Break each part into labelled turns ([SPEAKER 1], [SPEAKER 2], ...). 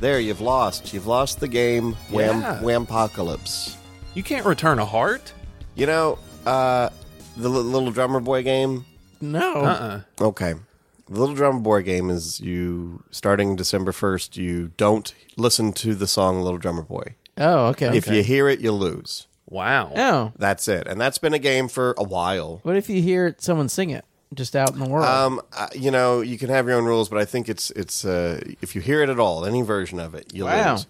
[SPEAKER 1] There, you've lost. You've lost the game. Wham,
[SPEAKER 2] Yeah.
[SPEAKER 1] Whampocalypse.
[SPEAKER 2] You can't return a heart.
[SPEAKER 1] You know, uh, the li- little drummer boy game.
[SPEAKER 2] No. Uh-uh.
[SPEAKER 1] Okay, the little drummer boy game is you starting December first. You don't listen to the song "Little Drummer Boy."
[SPEAKER 3] Oh, okay.
[SPEAKER 1] If you hear it, you lose.
[SPEAKER 2] Wow.
[SPEAKER 3] oh,
[SPEAKER 1] That's it, and that's been a game for a while.
[SPEAKER 3] what if you hear it- someone sing it just out in the world?
[SPEAKER 1] Um, uh, you know, you can have your own rules, but I think it's it's uh, if you hear it at all, any version of it, you
[SPEAKER 3] Wow.
[SPEAKER 1] lose.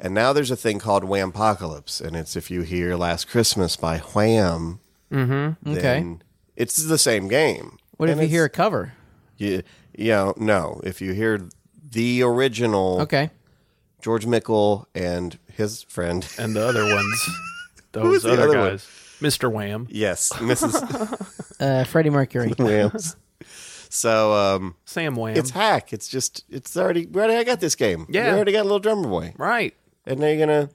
[SPEAKER 1] And now there's a thing called Whampocalypse, and it's if you hear "Last Christmas" by Wham,
[SPEAKER 3] Mm-hmm. okay.
[SPEAKER 1] then it's the same game.
[SPEAKER 3] what if
[SPEAKER 1] And
[SPEAKER 3] you
[SPEAKER 1] it's-
[SPEAKER 3] hear a cover?
[SPEAKER 1] You, you know, no. If you hear the original,
[SPEAKER 3] Okay.
[SPEAKER 1] George Mickle and his friend,
[SPEAKER 2] And the other ones. Those
[SPEAKER 1] the
[SPEAKER 2] other,
[SPEAKER 1] other one?
[SPEAKER 2] guys. Mr. Wham.
[SPEAKER 1] yes, Mrs.
[SPEAKER 3] Uh, Freddie Mercury.
[SPEAKER 1] Williams. So um,
[SPEAKER 2] Sam Wham.
[SPEAKER 1] it's hack. It's just it's already ready. I got this game.
[SPEAKER 2] Yeah.
[SPEAKER 1] you already got a little drummer boy,
[SPEAKER 2] right.
[SPEAKER 1] and now you're gonna.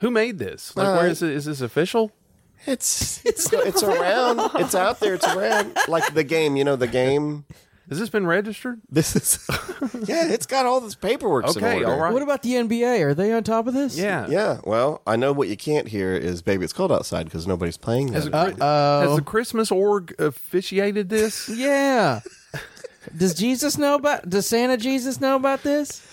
[SPEAKER 2] Who made this?
[SPEAKER 1] Uh,
[SPEAKER 2] Like, where is it? Is this official?
[SPEAKER 1] It's it's it's around. It's out there. It's around. Like the game, you know, the game.
[SPEAKER 2] Has this been registered?
[SPEAKER 1] This is yeah. It's got all this paperwork.
[SPEAKER 2] Okay, all right.
[SPEAKER 3] What about the NBA? Are they on top of this?
[SPEAKER 2] yeah.
[SPEAKER 1] Yeah. Well, I know what you can't hear is "Baby, It's Cold Outside" because nobody's playing
[SPEAKER 2] Has,
[SPEAKER 1] that.
[SPEAKER 2] the Chri- has the Christmas org officiated this?
[SPEAKER 3] Yeah. Does Jesus know about? Does Santa Jesus know about this?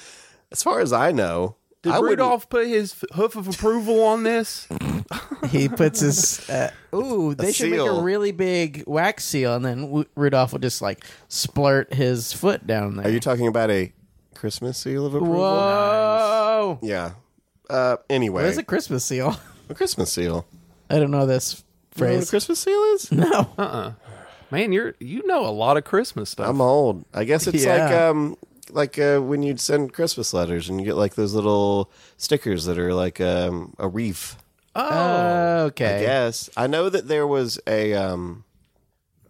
[SPEAKER 1] As far as I know,
[SPEAKER 2] Did
[SPEAKER 1] I wouldn't-
[SPEAKER 2] Rudolph put his f- hoof of approval on this?
[SPEAKER 3] He puts his. Uh, ooh, they should make
[SPEAKER 1] seal.
[SPEAKER 3] a really big wax seal, and then w- Rudolph will just like splurt his foot down there.
[SPEAKER 1] Are you talking about a Christmas seal of approval?
[SPEAKER 2] Oh.
[SPEAKER 3] Whoa!
[SPEAKER 1] Yeah. Uh, anyway,
[SPEAKER 3] There's a Christmas seal.
[SPEAKER 1] a Christmas seal.
[SPEAKER 3] I don't know this
[SPEAKER 1] You know what a
[SPEAKER 3] phrase.
[SPEAKER 1] Christmas seal is?
[SPEAKER 3] No.
[SPEAKER 2] Man, you're you know a lot of Christmas stuff.
[SPEAKER 1] I'm old. I guess it's
[SPEAKER 3] Yeah.
[SPEAKER 1] like um, like uh, when you'd send Christmas letters and you get like those little stickers that are like um, a wreath.
[SPEAKER 3] Oh, Okay.
[SPEAKER 1] Yes, I know that there was a um,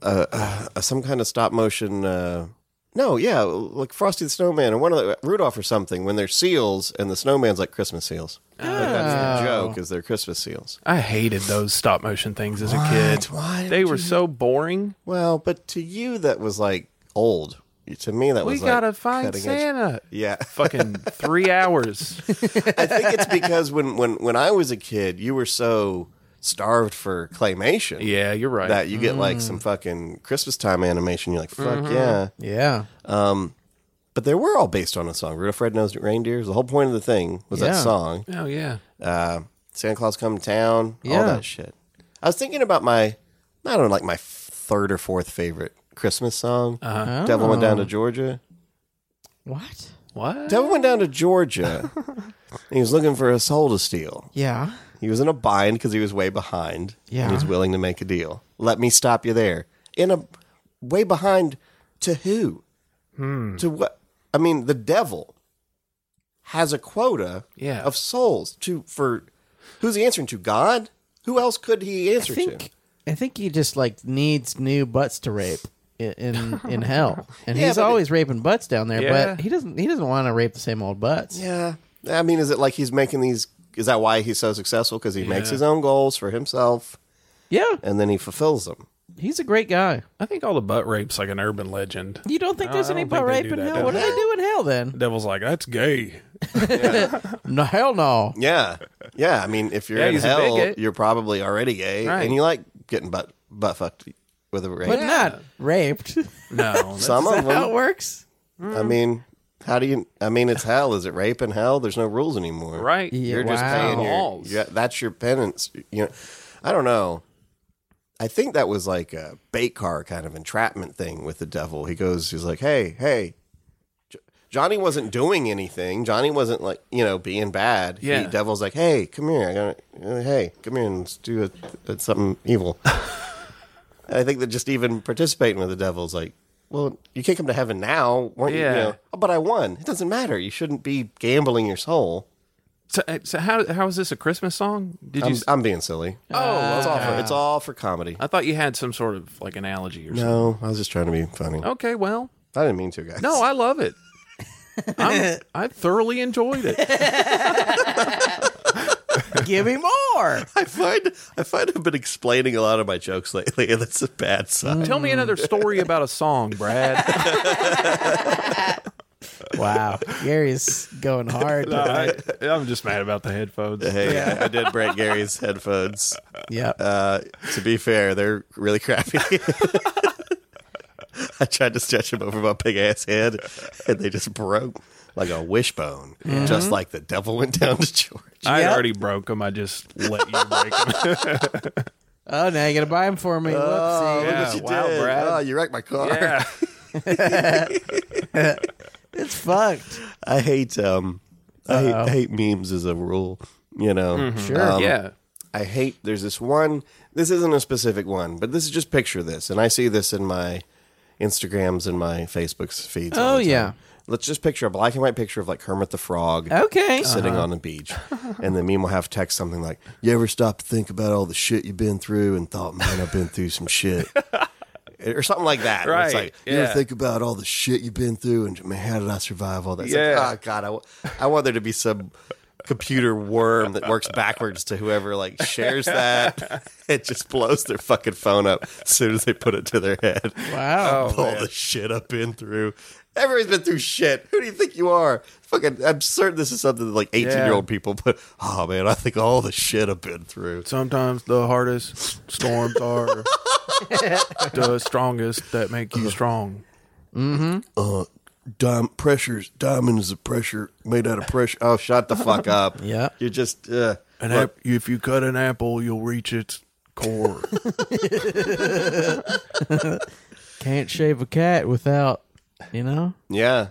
[SPEAKER 1] uh, uh, some kind of stop motion. Uh, no, yeah, like Frosty the Snowman and one of the Rudolph or something. When they're seals and the snowman's like Christmas seals. Like that's the
[SPEAKER 3] Oh.
[SPEAKER 1] joke is they're Christmas seals.
[SPEAKER 2] I hated those stop motion things as a kid.
[SPEAKER 1] Why
[SPEAKER 2] They were so boring.
[SPEAKER 1] Well, but to you that was like old. To me that
[SPEAKER 2] We
[SPEAKER 1] was like
[SPEAKER 2] gotta find
[SPEAKER 1] cutting edge.
[SPEAKER 2] Santa.
[SPEAKER 1] Yeah,
[SPEAKER 2] Fucking three hours.
[SPEAKER 1] I think it's because when when when I was a kid, you were so starved for claymation.
[SPEAKER 2] Yeah, you're right.
[SPEAKER 1] That you get
[SPEAKER 3] Mm.
[SPEAKER 1] like some fucking Christmas time animation, you're like, fuck
[SPEAKER 3] Mm-hmm.
[SPEAKER 1] yeah.
[SPEAKER 3] Yeah.
[SPEAKER 1] But they were all based on a song. Rudolph Red-Nosed Reindeer. The whole point of the thing was that
[SPEAKER 3] Yeah.
[SPEAKER 1] song.
[SPEAKER 2] oh yeah.
[SPEAKER 1] Uh, Santa Claus Come to Town. All
[SPEAKER 3] Yeah.
[SPEAKER 1] that shit. I was thinking about my, I don't know, like my f- third or fourth favorite Christmas song.
[SPEAKER 3] Oh.
[SPEAKER 1] Devil Went Down to Georgia.
[SPEAKER 3] What?
[SPEAKER 2] What?
[SPEAKER 1] Devil went down to Georgia. and he was looking for a soul to steal.
[SPEAKER 3] Yeah.
[SPEAKER 1] He was in a bind because he was way behind.
[SPEAKER 3] Yeah.
[SPEAKER 1] And he's willing to make a deal. Let me stop you there. In a way behind to who?
[SPEAKER 3] Hmm.
[SPEAKER 1] To what? I mean, the devil has a quota
[SPEAKER 2] Yeah.
[SPEAKER 1] of souls to for who's he answering to? God? Who else could he
[SPEAKER 3] I
[SPEAKER 1] answer to?
[SPEAKER 3] think I think he just like needs new butts to rape i- in in hell, and
[SPEAKER 1] Yeah,
[SPEAKER 3] he's
[SPEAKER 1] but-
[SPEAKER 3] always raping butts down there.
[SPEAKER 2] Yeah.
[SPEAKER 3] But he doesn't he doesn't want to rape the same old butts.
[SPEAKER 1] Yeah. I mean, is it like he's making these? Is that why he's so successful? Because he makes his own goals for himself
[SPEAKER 3] Yeah,
[SPEAKER 1] and then he fulfills them.
[SPEAKER 3] he's a great guy.
[SPEAKER 2] I think all the butt rapes like an urban legend.
[SPEAKER 3] You don't think
[SPEAKER 2] No,
[SPEAKER 3] there's
[SPEAKER 2] I
[SPEAKER 3] any
[SPEAKER 2] don't think
[SPEAKER 3] butt
[SPEAKER 2] they
[SPEAKER 3] rape
[SPEAKER 2] do
[SPEAKER 3] in
[SPEAKER 2] that,
[SPEAKER 3] hell?
[SPEAKER 2] do
[SPEAKER 3] What do they do in hell then?
[SPEAKER 2] Devil's like that's gay.
[SPEAKER 3] No, hell no.
[SPEAKER 1] Yeah, yeah. I mean, if you're
[SPEAKER 2] Yeah,
[SPEAKER 1] in
[SPEAKER 2] he's a
[SPEAKER 1] hell,
[SPEAKER 2] bigot.
[SPEAKER 1] you're probably already gay,
[SPEAKER 2] Right.
[SPEAKER 1] and you like getting butt butt fucked with a rape.
[SPEAKER 3] But not raped. Is
[SPEAKER 2] No, that's-
[SPEAKER 1] Some of
[SPEAKER 3] that how it
[SPEAKER 1] them.
[SPEAKER 3] works?
[SPEAKER 1] I mean, how do you? I mean, it's hell. Is it rape in hell? There's no rules anymore.
[SPEAKER 2] right.
[SPEAKER 3] Yeah.
[SPEAKER 1] You're just
[SPEAKER 3] Wow.
[SPEAKER 1] paying your.
[SPEAKER 2] Laws.
[SPEAKER 1] Yeah, that's your penance. You know, I don't know. I think that was like a bait car kind of entrapment thing with the devil. He goes, he's like, hey, hey. Jo- Johnny wasn't doing anything. Johnny wasn't like you know being bad. He-
[SPEAKER 2] Yeah.
[SPEAKER 1] devil's like, hey, come here. I gotta, uh, hey, come here and let's do a, a- something evil. I think that just even participating with the devil's like, well, you can't come to heaven now. Weren't you? you
[SPEAKER 2] Yeah.
[SPEAKER 1] know, "Oh, but I won. It doesn't matter. You shouldn't be gambling your soul.
[SPEAKER 2] So, uh, so how how is this a Christmas song? Did you?
[SPEAKER 1] I'm,
[SPEAKER 2] s-
[SPEAKER 1] I'm being silly.
[SPEAKER 2] oh,
[SPEAKER 1] It's
[SPEAKER 2] okay.
[SPEAKER 1] all for, it's all for comedy.
[SPEAKER 2] I thought you had some sort of like an allergy or something.
[SPEAKER 1] No, I was just trying to be funny.
[SPEAKER 2] Okay, well,
[SPEAKER 1] I didn't mean to, guys.
[SPEAKER 2] no, I love it. I'm, I thoroughly enjoyed it.
[SPEAKER 3] Give me more.
[SPEAKER 1] I find I find I've been explaining a lot of my jokes lately, and that's a bad sign.
[SPEAKER 2] Tell me another story about a song, Brad.
[SPEAKER 3] Wow, Gary's going hard.
[SPEAKER 2] I, am just mad about the headphones.
[SPEAKER 1] Hey, I, I did break Gary's headphones.
[SPEAKER 3] Yep.
[SPEAKER 1] Uh, to be fair, they're really crappy. I tried to stretch them over my big ass head, and they just broke like a wishbone, just like the devil went down to George.
[SPEAKER 2] I
[SPEAKER 3] Yep.
[SPEAKER 2] already broke them. I just let you break them.
[SPEAKER 3] Oh, now you gotta buy them for me. Whoopsie.
[SPEAKER 1] Oh,
[SPEAKER 2] yeah.
[SPEAKER 1] What you
[SPEAKER 2] wow,
[SPEAKER 1] did.
[SPEAKER 2] Brad.
[SPEAKER 1] Oh, you wrecked my car.
[SPEAKER 2] yeah.
[SPEAKER 3] It's fucked.
[SPEAKER 1] I hate um, I hate, I hate memes as a rule. You know,
[SPEAKER 3] Mm-hmm. Sure.
[SPEAKER 1] Um,
[SPEAKER 2] yeah.
[SPEAKER 1] I hate. There's this one. This isn't a specific one, but this is just picture this, and I see this in my Instagrams and my Facebook's feeds. all
[SPEAKER 3] Oh,
[SPEAKER 1] the time.
[SPEAKER 3] yeah.
[SPEAKER 1] Let's just picture a black and white picture of like Kermit the Frog
[SPEAKER 3] Okay.
[SPEAKER 1] sitting on a beach, and the meme will have text something like, "You ever stop to think about all the shit you've been through and thought, man, I've been through some shit." Or something like that. where It's
[SPEAKER 2] Right,
[SPEAKER 1] like, you ever
[SPEAKER 2] yeah.
[SPEAKER 1] think about all the shit you've been through and, man, how did I survive all that? It's
[SPEAKER 2] Yeah.
[SPEAKER 1] like, oh, God, I, w- I want there to be some computer worm that works backwards to whoever, like, shares that. It just blows their fucking phone up as soon as they put it to their head
[SPEAKER 3] Wow.
[SPEAKER 1] all
[SPEAKER 2] Oh,
[SPEAKER 1] the shit I've been through. Everyone's been through shit. Who do you think you are? Fucking, I'm certain this is something that like 18 year old people. But oh man, I think all the shit I've been through.
[SPEAKER 2] Sometimes the hardest storms are the strongest that make you strong.
[SPEAKER 1] Dime pressures. Diamond is a pressure made out of pressure. Oh, shut the fuck up.
[SPEAKER 3] Yeah.
[SPEAKER 1] you're just. Uh,
[SPEAKER 2] An
[SPEAKER 1] look,
[SPEAKER 2] app, if you cut an apple, you'll reach its core.
[SPEAKER 3] Can't shave a cat without, you know.
[SPEAKER 1] yeah.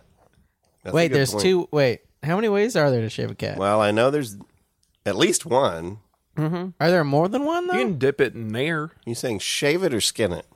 [SPEAKER 1] That's a
[SPEAKER 3] Wait,
[SPEAKER 1] good
[SPEAKER 3] there's
[SPEAKER 1] point.
[SPEAKER 3] two. Wait, how many ways are there to shave a cat?
[SPEAKER 1] Well, I know there's at least one.
[SPEAKER 3] Are there more than one though?
[SPEAKER 2] you can dip it in there.
[SPEAKER 1] You saying shave it or skin it?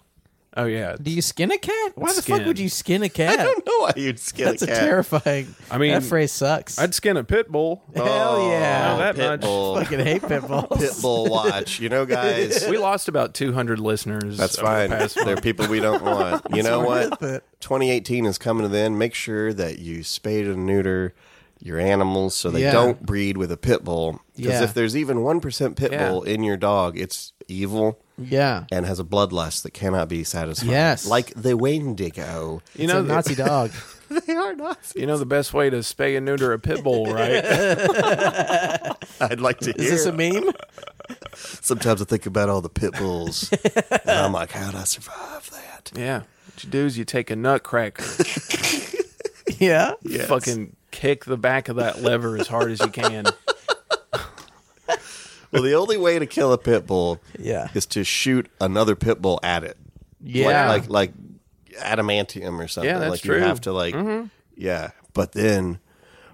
[SPEAKER 2] Oh yeah.
[SPEAKER 3] Do you skin a cat? Why the fuck
[SPEAKER 2] Skin.
[SPEAKER 3] would you skin a cat?
[SPEAKER 1] I don't know why you'd skin
[SPEAKER 3] That's
[SPEAKER 1] a
[SPEAKER 3] a
[SPEAKER 1] cat.
[SPEAKER 3] terrifying.
[SPEAKER 2] I mean,
[SPEAKER 3] that phrase sucks.
[SPEAKER 2] I'd skin a pit bull.
[SPEAKER 3] Hell yeah!
[SPEAKER 2] Oh, that
[SPEAKER 1] pit
[SPEAKER 2] much.
[SPEAKER 1] bull,
[SPEAKER 3] fucking hate pit bulls.
[SPEAKER 1] pit bull watch. You know, guys.
[SPEAKER 2] We lost about 200 listeners.
[SPEAKER 1] That's
[SPEAKER 2] over
[SPEAKER 1] fine.
[SPEAKER 2] the past
[SPEAKER 1] They're people we don't want. You know what? 2018 is coming to the end. Make sure that you spade and neuter your animals so they
[SPEAKER 3] Yeah.
[SPEAKER 1] don't breed with a pit bull. Because
[SPEAKER 3] Yeah.
[SPEAKER 1] if there's even 1% pit
[SPEAKER 2] Yeah.
[SPEAKER 1] bull in your dog, it's evil
[SPEAKER 3] Yeah,
[SPEAKER 1] and has a bloodlust that cannot be satisfied.
[SPEAKER 3] Yes.
[SPEAKER 1] Like the Wendigo.
[SPEAKER 2] You
[SPEAKER 3] it's
[SPEAKER 2] know,
[SPEAKER 3] a Nazi dog.
[SPEAKER 1] they are Nazis.
[SPEAKER 2] you know the best way to spay and neuter a pit bull, right?
[SPEAKER 1] I'd like to hear.
[SPEAKER 3] Is this a meme?
[SPEAKER 1] Sometimes I think about all the pit bulls and I'm like, how'd I survive that?
[SPEAKER 2] yeah. What you do is you take a nutcracker,
[SPEAKER 3] yeah.
[SPEAKER 1] Yes.
[SPEAKER 2] fucking kick the back of that lever as hard as you can.
[SPEAKER 1] Well, the only way to kill a pit bull
[SPEAKER 3] Yeah.
[SPEAKER 1] is to shoot another pit bull at it.
[SPEAKER 3] Yeah.
[SPEAKER 1] like like, like adamantium or something.
[SPEAKER 2] Yeah, that's
[SPEAKER 1] like
[SPEAKER 2] true. Mm-hmm.
[SPEAKER 1] you have to like yeah. But then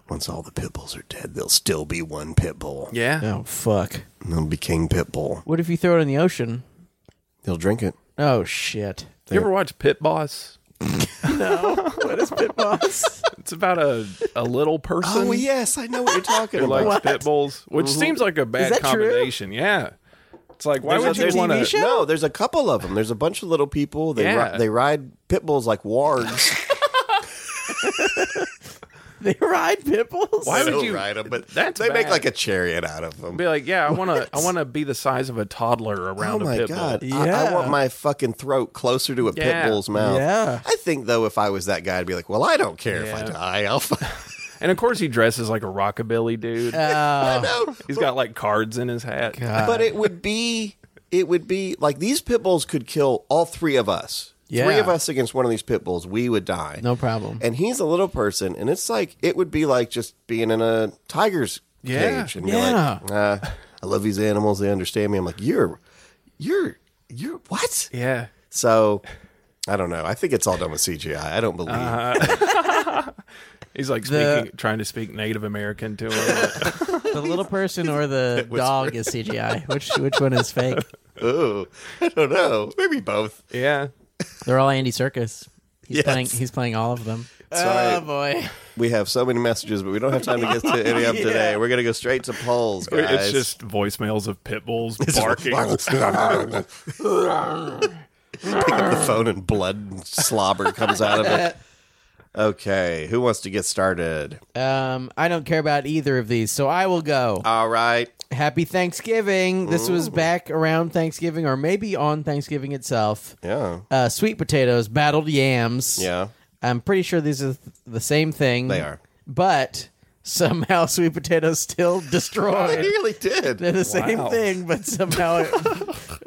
[SPEAKER 1] once all the pit bulls are dead, there'll still be one pit bull.
[SPEAKER 2] Yeah.
[SPEAKER 3] Oh fuck!
[SPEAKER 1] And There'll be king pit bull.
[SPEAKER 3] What if you throw it in the ocean?
[SPEAKER 1] He'll drink it.
[SPEAKER 3] Oh shit!
[SPEAKER 2] You ever watch Pit Boss?
[SPEAKER 3] What is pit boss?
[SPEAKER 2] It's about a, a little person
[SPEAKER 1] Oh yes, I know what Mm-hmm. you're talking
[SPEAKER 2] who
[SPEAKER 1] about.
[SPEAKER 2] likes pit bulls, which seems like a bad
[SPEAKER 3] that true?
[SPEAKER 2] combination. Yeah. It's like, why
[SPEAKER 1] There's a-
[SPEAKER 2] would
[SPEAKER 1] there's-
[SPEAKER 2] you want to?
[SPEAKER 3] show?
[SPEAKER 1] No, there's a couple of them. There's a bunch of little people. They
[SPEAKER 2] Yeah.
[SPEAKER 1] ri- they ride pit bulls like wargs.
[SPEAKER 3] they ride pit bulls.
[SPEAKER 2] Why
[SPEAKER 1] They
[SPEAKER 2] would
[SPEAKER 1] don't
[SPEAKER 2] you-
[SPEAKER 1] ride them? But
[SPEAKER 2] that's
[SPEAKER 1] they make
[SPEAKER 2] bad.
[SPEAKER 1] like a chariot out of them.
[SPEAKER 2] Be like, yeah, I want to. I want to be the size of a toddler
[SPEAKER 1] Oh
[SPEAKER 2] around a
[SPEAKER 1] my
[SPEAKER 2] pit
[SPEAKER 1] god!
[SPEAKER 2] bull.
[SPEAKER 1] I- I,
[SPEAKER 3] Yeah.
[SPEAKER 1] want my fucking throat closer to a
[SPEAKER 2] Yeah.
[SPEAKER 1] pit bull's mouth.
[SPEAKER 3] Yeah.
[SPEAKER 1] I think though, if I was that guy, I'd be like, "Well, I don't care if I
[SPEAKER 2] Yeah.
[SPEAKER 1] die. I'll." F-
[SPEAKER 2] And of course, he dresses like a rockabilly dude.
[SPEAKER 3] Oh,
[SPEAKER 1] no.
[SPEAKER 2] He's got like cards in his hat.
[SPEAKER 3] God.
[SPEAKER 1] But it would be, it would be like these pit bulls could kill all three of us. Three
[SPEAKER 3] Yeah.
[SPEAKER 1] of us against one of these pit bulls, we would die.
[SPEAKER 3] no problem.
[SPEAKER 1] And he's a little person, and it's like it would be like just being in a tiger's
[SPEAKER 2] Yeah.
[SPEAKER 1] cage, and you're like, uh, "I love these animals. They understand me." I'm like, "You're, you're, you're what?"
[SPEAKER 2] Yeah.
[SPEAKER 1] So I don't know. I think it's all done with CGI. I don't believe.
[SPEAKER 3] Uh-huh.
[SPEAKER 2] He's like
[SPEAKER 3] The-
[SPEAKER 2] speaking, trying to speak Native American to him.
[SPEAKER 3] The little person or the dog is CGI. Which which one is fake?
[SPEAKER 1] Ooh, I don't know. Maybe both.
[SPEAKER 2] yeah.
[SPEAKER 3] They're all Andy Circus. He's
[SPEAKER 1] Yes.
[SPEAKER 3] playing. He's playing all of them.
[SPEAKER 1] Sorry.
[SPEAKER 3] Oh boy.
[SPEAKER 1] We have so many messages, but we don't have time to get to any of them today. We're gonna go straight to polls,
[SPEAKER 4] It's
[SPEAKER 1] guys.
[SPEAKER 4] just voicemails of pit bulls barking.
[SPEAKER 1] pick up the phone and blood and slobber comes out of it. Okay, who wants to get started?
[SPEAKER 3] Um, I don't care about either of these, so I will go.
[SPEAKER 1] All right,
[SPEAKER 3] Happy Thanksgiving. This was back around Thanksgiving, or maybe on Thanksgiving itself.
[SPEAKER 1] yeah,
[SPEAKER 3] Uh, sweet potatoes, battled yams.
[SPEAKER 1] yeah,
[SPEAKER 3] I'm pretty sure these are th- the same thing.
[SPEAKER 1] They are.
[SPEAKER 3] But somehow sweet potatoes still
[SPEAKER 1] they
[SPEAKER 3] destroyed.
[SPEAKER 1] really did.
[SPEAKER 3] They're the same thing, but somehow it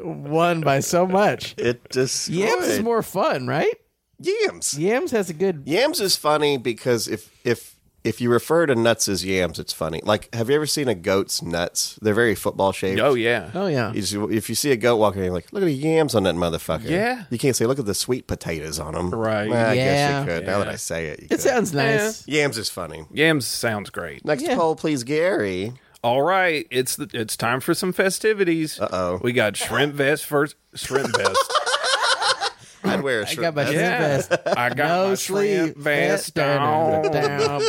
[SPEAKER 3] won by so much.
[SPEAKER 1] It just
[SPEAKER 3] Yams is more fun, right?
[SPEAKER 1] yams.
[SPEAKER 3] Yams has a good.
[SPEAKER 1] Yams is funny because if if if you refer to nuts as yams, it's funny. Like, have you ever seen a goat's nuts? They're very football shaped.
[SPEAKER 2] Oh yeah.
[SPEAKER 3] Oh yeah.
[SPEAKER 1] You just- If you see a goat walking, you're like, look at the yams on that motherfucker.
[SPEAKER 2] Yeah.
[SPEAKER 1] You can't say, look at the sweet potatoes on them.
[SPEAKER 2] Right.
[SPEAKER 1] Well, I
[SPEAKER 3] Yeah.
[SPEAKER 1] guess you could. Now that I say it, you
[SPEAKER 3] It
[SPEAKER 1] could.
[SPEAKER 3] sounds nice.
[SPEAKER 1] yams is funny.
[SPEAKER 2] Yams sounds great.
[SPEAKER 1] Next
[SPEAKER 3] Yeah.
[SPEAKER 1] poll, please, Gary.
[SPEAKER 2] All right, it's the, it's time for some festivities. Uh
[SPEAKER 1] Uh-oh.
[SPEAKER 2] We got shrimp vest first. Shrimp vest.
[SPEAKER 1] I'd wear a
[SPEAKER 3] I
[SPEAKER 1] shirt.
[SPEAKER 3] got my
[SPEAKER 1] That's-
[SPEAKER 2] Yeah.
[SPEAKER 3] best.
[SPEAKER 2] I got my
[SPEAKER 3] No
[SPEAKER 2] shrimp
[SPEAKER 3] sleep.
[SPEAKER 2] vest
[SPEAKER 3] down,
[SPEAKER 2] on. Uh,
[SPEAKER 3] down,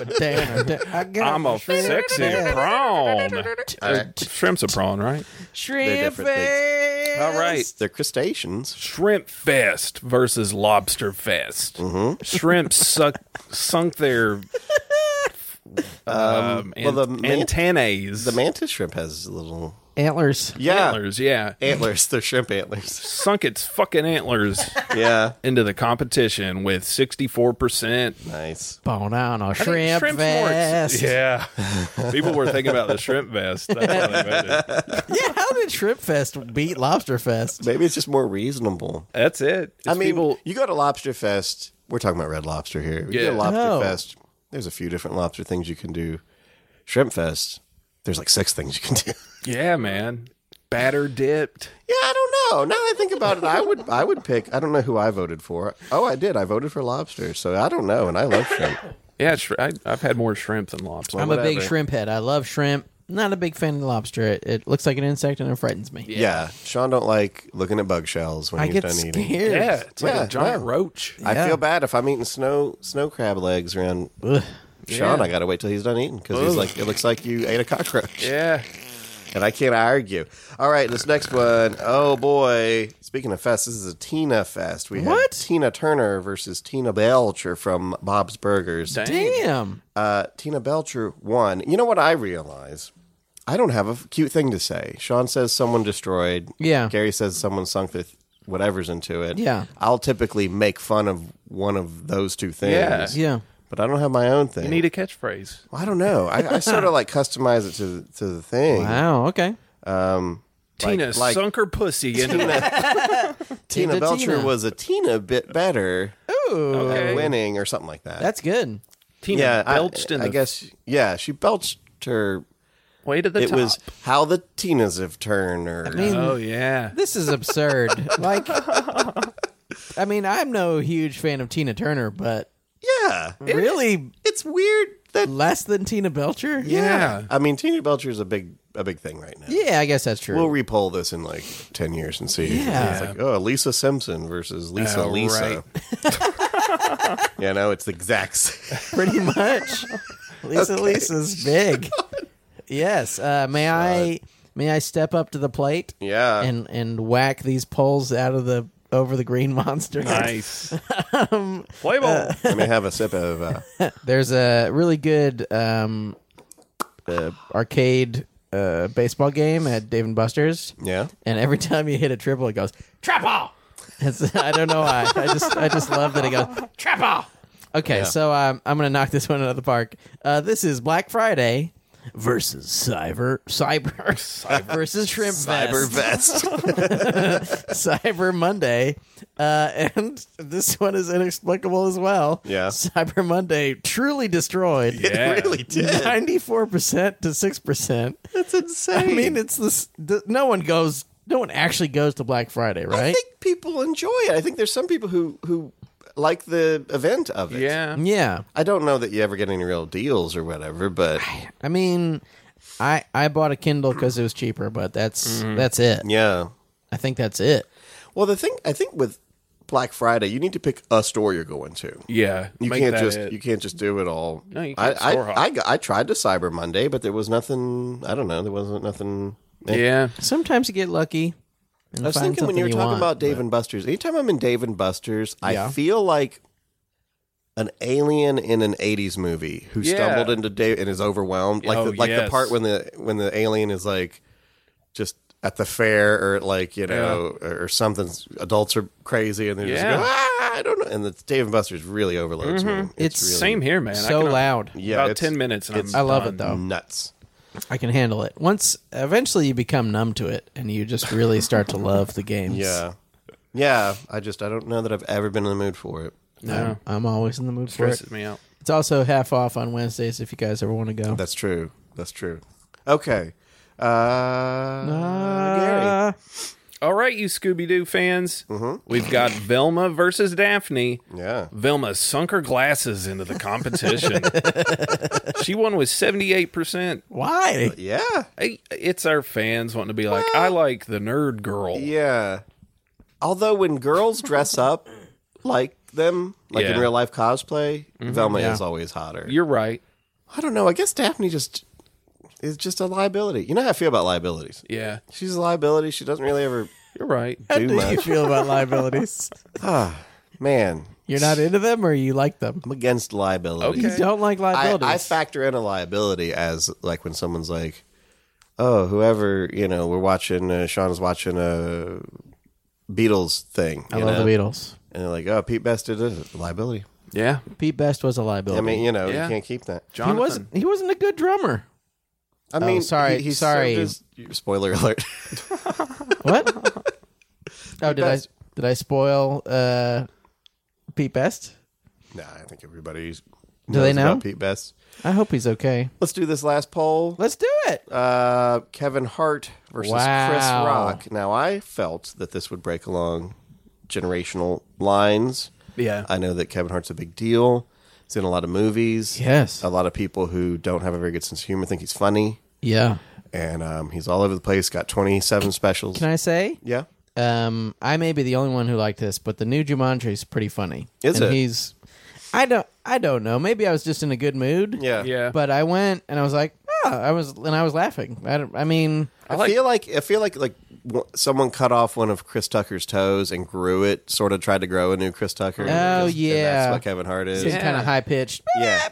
[SPEAKER 3] down, down. I got
[SPEAKER 2] I'm
[SPEAKER 3] my
[SPEAKER 2] a
[SPEAKER 3] shrimp
[SPEAKER 2] sexy
[SPEAKER 3] vest.
[SPEAKER 2] prawn.
[SPEAKER 1] All right.
[SPEAKER 2] Shrimp's a prawn, right?
[SPEAKER 3] shrimp
[SPEAKER 1] different things.
[SPEAKER 3] vest.
[SPEAKER 2] All right.
[SPEAKER 1] They're crustaceans.
[SPEAKER 2] Shrimp Fest versus Lobster Fest. Shrimp suck, sunk their um,
[SPEAKER 1] well, the
[SPEAKER 2] ant-
[SPEAKER 1] man-
[SPEAKER 2] antennae,
[SPEAKER 1] The mantis shrimp has little
[SPEAKER 3] Antlers.
[SPEAKER 1] yeah
[SPEAKER 2] antlers, yeah,
[SPEAKER 1] antlers. They're shrimp antlers.
[SPEAKER 2] sunk its fucking antlers
[SPEAKER 1] Yeah,
[SPEAKER 2] into the competition with sixty four percent.
[SPEAKER 1] nice.
[SPEAKER 3] Bone on a
[SPEAKER 2] I think
[SPEAKER 3] shrimp
[SPEAKER 2] shrimp's more ex-
[SPEAKER 3] vest.
[SPEAKER 2] Yeah, people were thinking about the shrimp vest. That's how they voted.
[SPEAKER 3] Yeah, how did Shrimp Fest beat Lobster Fest?
[SPEAKER 1] Maybe it's just more reasonable.
[SPEAKER 2] That's it. It's
[SPEAKER 1] I mean,
[SPEAKER 2] people-
[SPEAKER 1] you go to Lobster Fest. We're talking about Red Lobster here. You go to
[SPEAKER 2] Yeah.
[SPEAKER 1] Lobster
[SPEAKER 3] Oh.
[SPEAKER 1] Fest. There's a few different lobster things you can do. Shrimp Fest. There's like six things you can do.
[SPEAKER 2] yeah, man, batter dipped.
[SPEAKER 1] Yeah, I don't know. Now that I think about it, I would I would pick. I don't know who I voted for. Oh, I did. I voted for lobster. So I don't know, and I love shrimp.
[SPEAKER 2] Yeah, shri- I, I've had more shrimp than lobster.
[SPEAKER 3] I'm a big shrimp head. I love shrimp. Not a big fan of lobster. It, it looks like an insect and it frightens me.
[SPEAKER 1] Yeah. Sean don't like looking at bug shells when
[SPEAKER 3] I
[SPEAKER 1] he's
[SPEAKER 3] get
[SPEAKER 1] done
[SPEAKER 3] scared.
[SPEAKER 1] eating.
[SPEAKER 2] yeah, it's like
[SPEAKER 1] Yeah,
[SPEAKER 2] a giant
[SPEAKER 1] no.
[SPEAKER 2] roach.
[SPEAKER 1] I feel bad if I'm eating snow snow crab legs around Sean.
[SPEAKER 2] Yeah.
[SPEAKER 1] I gotta wait till he's done eating because he's like, it looks like you ate a cockroach,
[SPEAKER 2] Yeah.
[SPEAKER 1] and I can't argue. All right, this next one. Oh boy! Speaking of fest, this is a Tina fest. We have
[SPEAKER 3] What?
[SPEAKER 1] Tina Turner versus Tina Belcher from Bob's Burgers.
[SPEAKER 3] Damn.
[SPEAKER 1] Uh, Tina Belcher won. You know what I realize? I don't have a f- cute thing to say. Sean says someone destroyed.
[SPEAKER 3] Yeah.
[SPEAKER 1] Gary says someone sunk their th- whatever's into it.
[SPEAKER 3] Yeah.
[SPEAKER 1] I'll typically make fun of one of those two things.
[SPEAKER 2] Yeah.
[SPEAKER 3] Yeah.
[SPEAKER 1] But I don't have my own thing.
[SPEAKER 2] You need a catchphrase.
[SPEAKER 1] Well, I don't know. I, I sort of like customize it to the, to the thing.
[SPEAKER 3] Wow. Okay.
[SPEAKER 2] Tina
[SPEAKER 1] like-
[SPEAKER 2] sunk her pussy into the
[SPEAKER 1] Tina
[SPEAKER 3] Tina
[SPEAKER 1] Belcher
[SPEAKER 3] Tina.
[SPEAKER 1] was Oh. a Tina bit better
[SPEAKER 2] okay.
[SPEAKER 1] winning or something like that.
[SPEAKER 3] That's good.
[SPEAKER 2] Tina
[SPEAKER 1] yeah, I-
[SPEAKER 2] belched in
[SPEAKER 1] I
[SPEAKER 2] the
[SPEAKER 1] guess yeah, she belched her
[SPEAKER 2] way to the
[SPEAKER 1] it
[SPEAKER 2] top.
[SPEAKER 1] was how the Tinas have turned or
[SPEAKER 2] oh yeah.
[SPEAKER 3] This is absurd. like, I mean, I'm no huge fan of Tina Turner, but
[SPEAKER 1] Yeah. It-
[SPEAKER 3] really
[SPEAKER 1] it's weird that
[SPEAKER 3] less than Tina Belcher?
[SPEAKER 2] Yeah.
[SPEAKER 1] I mean Tina Belcher is a big a big thing right now.
[SPEAKER 3] Yeah, I guess that's true.
[SPEAKER 1] We'll repoll this in like ten years and see.
[SPEAKER 3] Yeah.
[SPEAKER 1] It's like, oh Lisa Simpson versus Lisa
[SPEAKER 2] Oh,
[SPEAKER 1] Lisa. you know, it's the exact same.
[SPEAKER 3] pretty much. Lisa Lisa's big. Yes. Uh, may I may I step up to the plate
[SPEAKER 1] Yeah.
[SPEAKER 3] and and whack these poles out of the over the green monster?
[SPEAKER 2] Nice.
[SPEAKER 1] Um,
[SPEAKER 2] Play ball.
[SPEAKER 1] Let me have a sip of uh,
[SPEAKER 3] There's a really good um, uh, arcade uh, baseball game at Dave and Buster's,
[SPEAKER 1] Yeah.
[SPEAKER 3] and every time you hit a triple, it goes trap ball. It's, I don't know why. I just I just love that it goes trap ball. Okay, so um, I'm gonna knock this one out of the park. Uh, this is Black Friday versus cyber cyber cyber versus shrimp
[SPEAKER 1] Cyber
[SPEAKER 3] vest.
[SPEAKER 1] vest.
[SPEAKER 3] Cyber Monday, uh, and this one is inexplicable as well.
[SPEAKER 1] Yeah.
[SPEAKER 3] Cyber Monday truly destroyed.
[SPEAKER 2] Yeah.
[SPEAKER 1] It really did.
[SPEAKER 3] Ninety-four percent to six percent.
[SPEAKER 1] That's insane.
[SPEAKER 3] I mean, it's this. The, no one goes. No one actually goes to Black Friday,
[SPEAKER 1] I
[SPEAKER 3] right?
[SPEAKER 1] think people enjoy it. I think there's some people who who like the event of it.
[SPEAKER 2] Yeah.
[SPEAKER 3] yeah.
[SPEAKER 1] I don't know that you ever get any real deals or whatever, but
[SPEAKER 3] I mean, I I bought a Kindle because it was
[SPEAKER 1] Mm-hmm.
[SPEAKER 3] cheaper, but that's that's it.
[SPEAKER 1] yeah.
[SPEAKER 3] I think that's it.
[SPEAKER 1] Well, the thing I think with Black Friday, you need to pick a store you're going to.
[SPEAKER 2] Yeah,
[SPEAKER 1] You
[SPEAKER 2] make
[SPEAKER 1] can't
[SPEAKER 2] that
[SPEAKER 1] just
[SPEAKER 2] it.
[SPEAKER 1] you can't just do it all.
[SPEAKER 2] No, you can't
[SPEAKER 1] I,
[SPEAKER 2] store hop.
[SPEAKER 1] I, I got- I tried to Cyber Monday, but there was nothing. I don't know. There wasn't nothing. eh.
[SPEAKER 2] yeah.
[SPEAKER 3] Sometimes you get lucky.
[SPEAKER 1] I was thinking when you were talking about Dave and Buster's. Anytime I'm in Dave and Buster's,
[SPEAKER 3] Yeah.
[SPEAKER 1] I feel like an alien in an '80s movie who
[SPEAKER 2] Yeah.
[SPEAKER 1] stumbled into Dave and is overwhelmed. Like
[SPEAKER 2] Oh,
[SPEAKER 1] the, like the
[SPEAKER 2] yes.
[SPEAKER 1] part when the when the alien is like just at the fair or at, like you know or, or something. Adults are crazy and they're
[SPEAKER 2] Yeah. Mm-hmm.
[SPEAKER 1] just go, ah, I don't know. And the Dave and Buster's really overloads me. It's,
[SPEAKER 3] It's
[SPEAKER 1] really
[SPEAKER 2] Same here, man. I
[SPEAKER 3] so
[SPEAKER 2] can-
[SPEAKER 3] loud.
[SPEAKER 1] Yeah,
[SPEAKER 2] about
[SPEAKER 1] it's-
[SPEAKER 2] ten minutes. And
[SPEAKER 1] it's-
[SPEAKER 3] I
[SPEAKER 2] I'm
[SPEAKER 3] love
[SPEAKER 2] done.
[SPEAKER 3] it though.
[SPEAKER 1] nuts.
[SPEAKER 3] I can handle it. Once, eventually, you become numb to it, and you just really start to love the games.
[SPEAKER 1] Yeah, yeah. I just I don't know that I've ever been in the mood for it.
[SPEAKER 3] I'm, I'm always in the mood for it.
[SPEAKER 2] Stresses me out.
[SPEAKER 3] It's also half off on Wednesdays if you guys ever want to go.
[SPEAKER 1] That's true. That's true. Okay. Uh, Gary.
[SPEAKER 3] Uh,
[SPEAKER 2] All right, you Scooby Doo fans.
[SPEAKER 1] Mm-hmm.
[SPEAKER 2] We've got Velma versus Daphne.
[SPEAKER 1] Yeah.
[SPEAKER 2] Velma sunk her glasses into the competition. she won with 78%.
[SPEAKER 3] why?
[SPEAKER 1] Yeah.
[SPEAKER 2] Hey, It's our fans wanting to be like, I like the nerd girl.
[SPEAKER 1] Yeah. Although when girls dress up like them, like
[SPEAKER 2] Yeah.
[SPEAKER 1] in real life cosplay, Velma is always hotter.
[SPEAKER 2] You're right.
[SPEAKER 1] I don't know. I guess Daphne just is just a liability. You know how I feel about liabilities.
[SPEAKER 2] Yeah,
[SPEAKER 1] She's a liability. She doesn't really ever
[SPEAKER 2] you're right.
[SPEAKER 1] do
[SPEAKER 3] How do you
[SPEAKER 1] much.
[SPEAKER 3] feel about liabilities?
[SPEAKER 1] Man,
[SPEAKER 3] You're not into them, or you like them?
[SPEAKER 1] I'm against liability.
[SPEAKER 2] Okay.
[SPEAKER 3] You don't like
[SPEAKER 1] I,
[SPEAKER 3] liabilities.
[SPEAKER 1] I factor in a liability as like when someone's like, "Oh, whoever you know, we're watching. Uh, Sean's watching a Beatles thing.
[SPEAKER 3] I
[SPEAKER 1] you
[SPEAKER 3] love
[SPEAKER 1] know?
[SPEAKER 3] the Beatles.
[SPEAKER 1] And they're like, "Oh, Pete Best did it. Liability.
[SPEAKER 2] Yeah,
[SPEAKER 3] Pete Best was a liability.
[SPEAKER 1] I mean, you know,
[SPEAKER 2] Yeah.
[SPEAKER 1] you can't keep that.
[SPEAKER 3] he
[SPEAKER 2] Jonathan.
[SPEAKER 3] wasn't. He wasn't a good drummer.
[SPEAKER 1] I mean,
[SPEAKER 3] Oh, sorry,
[SPEAKER 1] he, he
[SPEAKER 3] sorry.
[SPEAKER 1] served as- spoiler alert.
[SPEAKER 3] What? oh, did I
[SPEAKER 1] Best.
[SPEAKER 3] did I spoil uh, Pete Best?
[SPEAKER 1] nah, I think everybody's
[SPEAKER 3] Do they
[SPEAKER 1] knows about
[SPEAKER 3] know?
[SPEAKER 1] Pete Best?
[SPEAKER 3] I hope he's okay.
[SPEAKER 1] Let's do this last poll.
[SPEAKER 3] Let's do it.
[SPEAKER 1] Uh, Kevin Hart versus Chris
[SPEAKER 3] Wow.
[SPEAKER 1] Rock. Now, I felt that this would break along generational lines.
[SPEAKER 2] Yeah,
[SPEAKER 1] I know that Kevin Hart's a big deal. He's in a lot of movies.
[SPEAKER 3] Yes.
[SPEAKER 1] A lot of people who don't have a very good sense of humor think he's funny.
[SPEAKER 3] Yeah.
[SPEAKER 1] And um, he's all over the place, got 27 specials.
[SPEAKER 3] Can I say?
[SPEAKER 1] yeah.
[SPEAKER 3] Um, I may be the only one who liked this, but the new Jumanji is pretty funny.
[SPEAKER 1] Is
[SPEAKER 3] and
[SPEAKER 1] it?
[SPEAKER 3] He's. I don't. I don't know. Maybe I was just in a good mood.
[SPEAKER 1] Yeah.
[SPEAKER 2] yeah.
[SPEAKER 3] But I went and I was like, oh, I was and I was laughing. I, don't- I mean,
[SPEAKER 1] I, feel like I feel like like w- someone cut off one of Chris Tucker's toes and grew it, sort of tried to grow a new Chris Tucker. and
[SPEAKER 3] Oh,
[SPEAKER 1] just- and
[SPEAKER 3] yeah.
[SPEAKER 1] that's what Kevin Hart is.
[SPEAKER 3] it's kind of high pitched.
[SPEAKER 1] Yeah.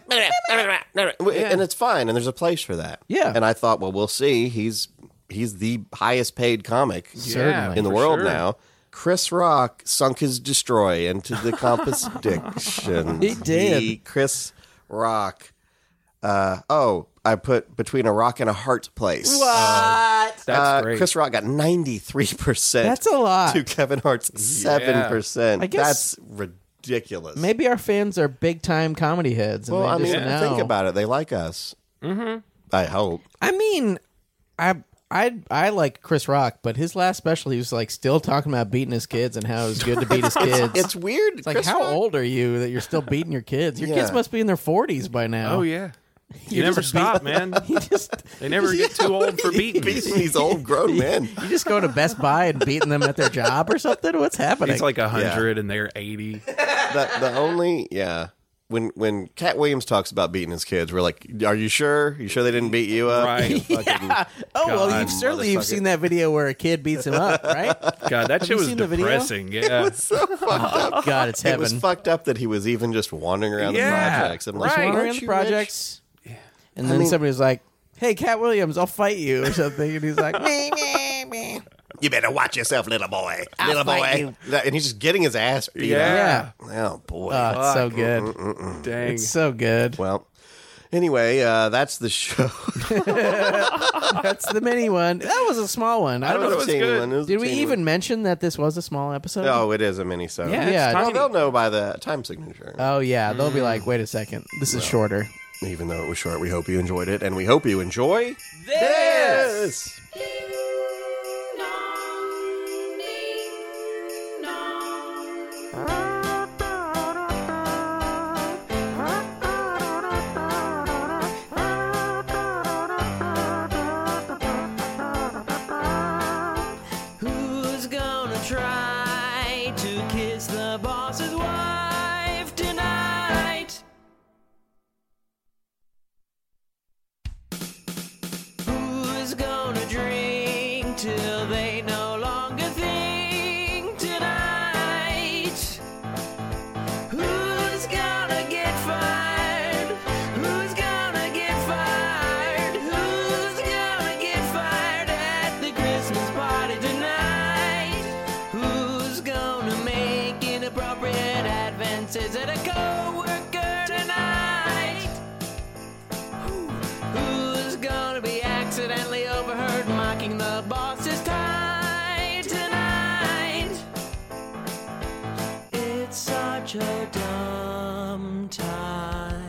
[SPEAKER 1] And it's fine, and there's a place for that.
[SPEAKER 3] Yeah.
[SPEAKER 1] And I thought, well, we'll see. He's he's the highest paid comic
[SPEAKER 3] Certainly.
[SPEAKER 1] in the
[SPEAKER 2] for
[SPEAKER 1] world
[SPEAKER 2] sure.
[SPEAKER 1] now. Chris Rock sunk his destroy into the competition.
[SPEAKER 3] He did.
[SPEAKER 1] Chris Rock. Uh, oh, I put between a rock and a heart place.
[SPEAKER 3] What?
[SPEAKER 2] That's
[SPEAKER 1] Uh,
[SPEAKER 2] great.
[SPEAKER 1] Chris Rock got 93%.
[SPEAKER 3] That's a lot.
[SPEAKER 1] To Kevin Hart's 7%.
[SPEAKER 3] I guess-
[SPEAKER 1] That's ridiculous.
[SPEAKER 3] Maybe our fans are big time comedy heads. And
[SPEAKER 1] Well, I
[SPEAKER 3] they
[SPEAKER 1] mean,
[SPEAKER 3] just know.
[SPEAKER 1] think about it. They like us. Mm-hmm. I hope.
[SPEAKER 3] I mean, I I I like Chris Rock, but his last special, he was like still talking about beating his kids and how it was good to beat his kids.
[SPEAKER 1] It's weird.
[SPEAKER 3] It's like, how old are you that you're still beating your kids? Your kids
[SPEAKER 1] Yeah.
[SPEAKER 3] must be in their forties by now.
[SPEAKER 2] oh yeah, you
[SPEAKER 3] You're
[SPEAKER 2] never
[SPEAKER 3] just
[SPEAKER 2] stop, man.
[SPEAKER 3] You just
[SPEAKER 2] They never get too old for beating.
[SPEAKER 1] Beating these old grown men.
[SPEAKER 3] you just go to Best Buy and beating them at their job or something. What's happening?
[SPEAKER 2] He's like a hundred and they're eighty.
[SPEAKER 1] The, the only yeah. When when Cat Williams talks about beating his kids, we're like, "Are you sure? You sure they didn't beat you up?"
[SPEAKER 2] Right.
[SPEAKER 1] You fucking-
[SPEAKER 3] oh well,
[SPEAKER 2] God,
[SPEAKER 3] you've certainly you've seen that video where a kid beats him up, right?
[SPEAKER 2] God, that
[SPEAKER 3] you
[SPEAKER 2] shit was
[SPEAKER 3] seen the video?
[SPEAKER 2] depressing. Yeah,
[SPEAKER 3] God, it's
[SPEAKER 1] Oh, It
[SPEAKER 3] heaven.
[SPEAKER 1] was fucked up that he was even just wandering around
[SPEAKER 2] Yeah,
[SPEAKER 1] the projects. I'm like,
[SPEAKER 2] right.
[SPEAKER 3] Wandering
[SPEAKER 1] "Aren't
[SPEAKER 3] around the
[SPEAKER 1] you rich?"
[SPEAKER 3] projects. And then somebody was like, "Hey, Cat Williams, I'll fight you" or something, and he's like, "Meh, meh, meh."
[SPEAKER 1] You better watch yourself, little boy, little
[SPEAKER 3] fight
[SPEAKER 1] boy. That- and he's just getting his ass beat.
[SPEAKER 2] yeah.
[SPEAKER 3] "Yeah,
[SPEAKER 1] Up. Oh boy.
[SPEAKER 3] oh, it's so good,
[SPEAKER 2] Dang.
[SPEAKER 3] it's so good."
[SPEAKER 1] well, anyway, uh, that's the show.
[SPEAKER 3] That's the mini one. That was a small one. I don't know.
[SPEAKER 2] was
[SPEAKER 1] Teeny
[SPEAKER 2] good.
[SPEAKER 1] one. It was
[SPEAKER 3] Did we
[SPEAKER 1] teeny
[SPEAKER 3] even mention that this was a small episode?
[SPEAKER 1] one. Oh, it is a mini so.
[SPEAKER 2] Yeah, it's
[SPEAKER 3] Yeah,
[SPEAKER 2] tiny.
[SPEAKER 1] Well, they'll know by the time signature.
[SPEAKER 3] Oh yeah, they'll be
[SPEAKER 1] Mm.
[SPEAKER 3] like, "Wait a second, this is shorter."
[SPEAKER 1] Even though it was short, we hope you enjoyed it, and we hope you enjoy this.
[SPEAKER 5] Who's gonna try to kiss the Breaking the boss's tie tonight. It's such a dumb tie.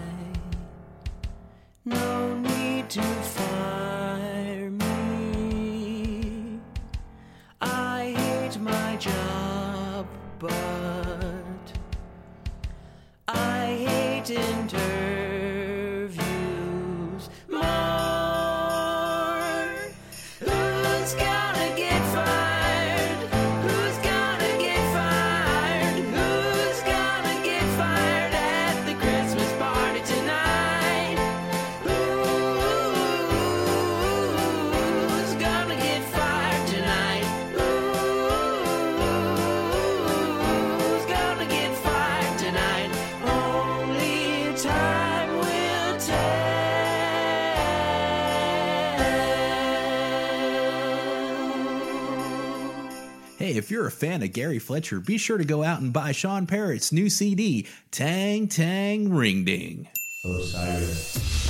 [SPEAKER 5] No need to fire me. I hate my job, but I hate interviews more. Who's gonna get fired? Who's gonna get fired? Who's gonna get fired at the Christmas party tonight? Who's gonna get fired tonight? Who's gonna get fired tonight? Only time will tell.
[SPEAKER 6] Hey, if you're a fan of Gary Fletcher, be sure to go out and buy Sean Parrott's new CD, Tang Tang Ring Ding.
[SPEAKER 7] Osiris.